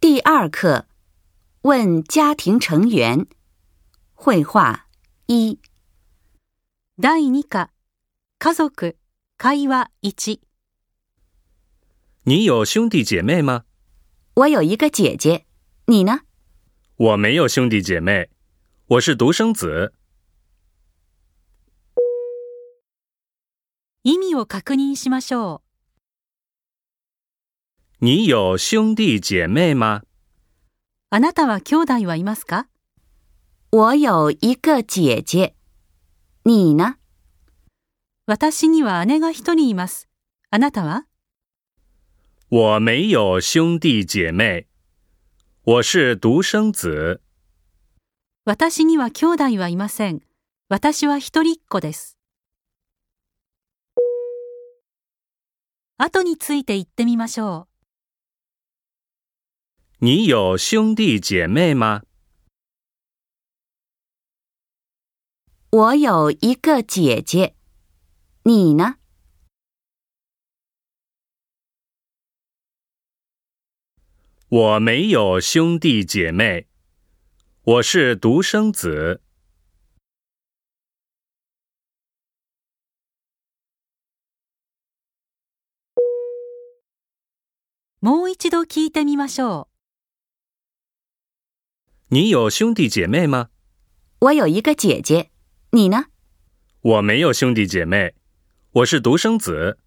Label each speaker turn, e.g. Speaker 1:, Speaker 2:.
Speaker 1: 第二课，问家庭成员，绘画一。
Speaker 2: 第2課、家族、会話1、
Speaker 3: 你有兄弟姐妹吗？
Speaker 1: 我有一个姐姐，你呢？
Speaker 3: 我没有兄弟姐妹，我是独生子。
Speaker 2: 意味を確認しましょ
Speaker 3: 你有兄弟姐妹吗？
Speaker 2: う。あなたは兄弟はいますか
Speaker 1: 我有一个姐姐，你呢？
Speaker 2: 私には姉が一人います。あなたは
Speaker 3: 我没有兄弟姐妹，我是独生子。
Speaker 2: 私には兄弟はいません。私は一人っ子です。後について言ってみましょ
Speaker 3: 你有兄弟姐妹吗？
Speaker 1: 我有一个姐姐，你呢？
Speaker 3: 我没有兄弟姐妹，我是独生子。
Speaker 2: う。もう一度聞いてみましょ
Speaker 3: 你有兄弟姐妹吗？
Speaker 1: 我有一个姐姐，你呢？
Speaker 3: 我没有兄弟姐妹，我是独生子。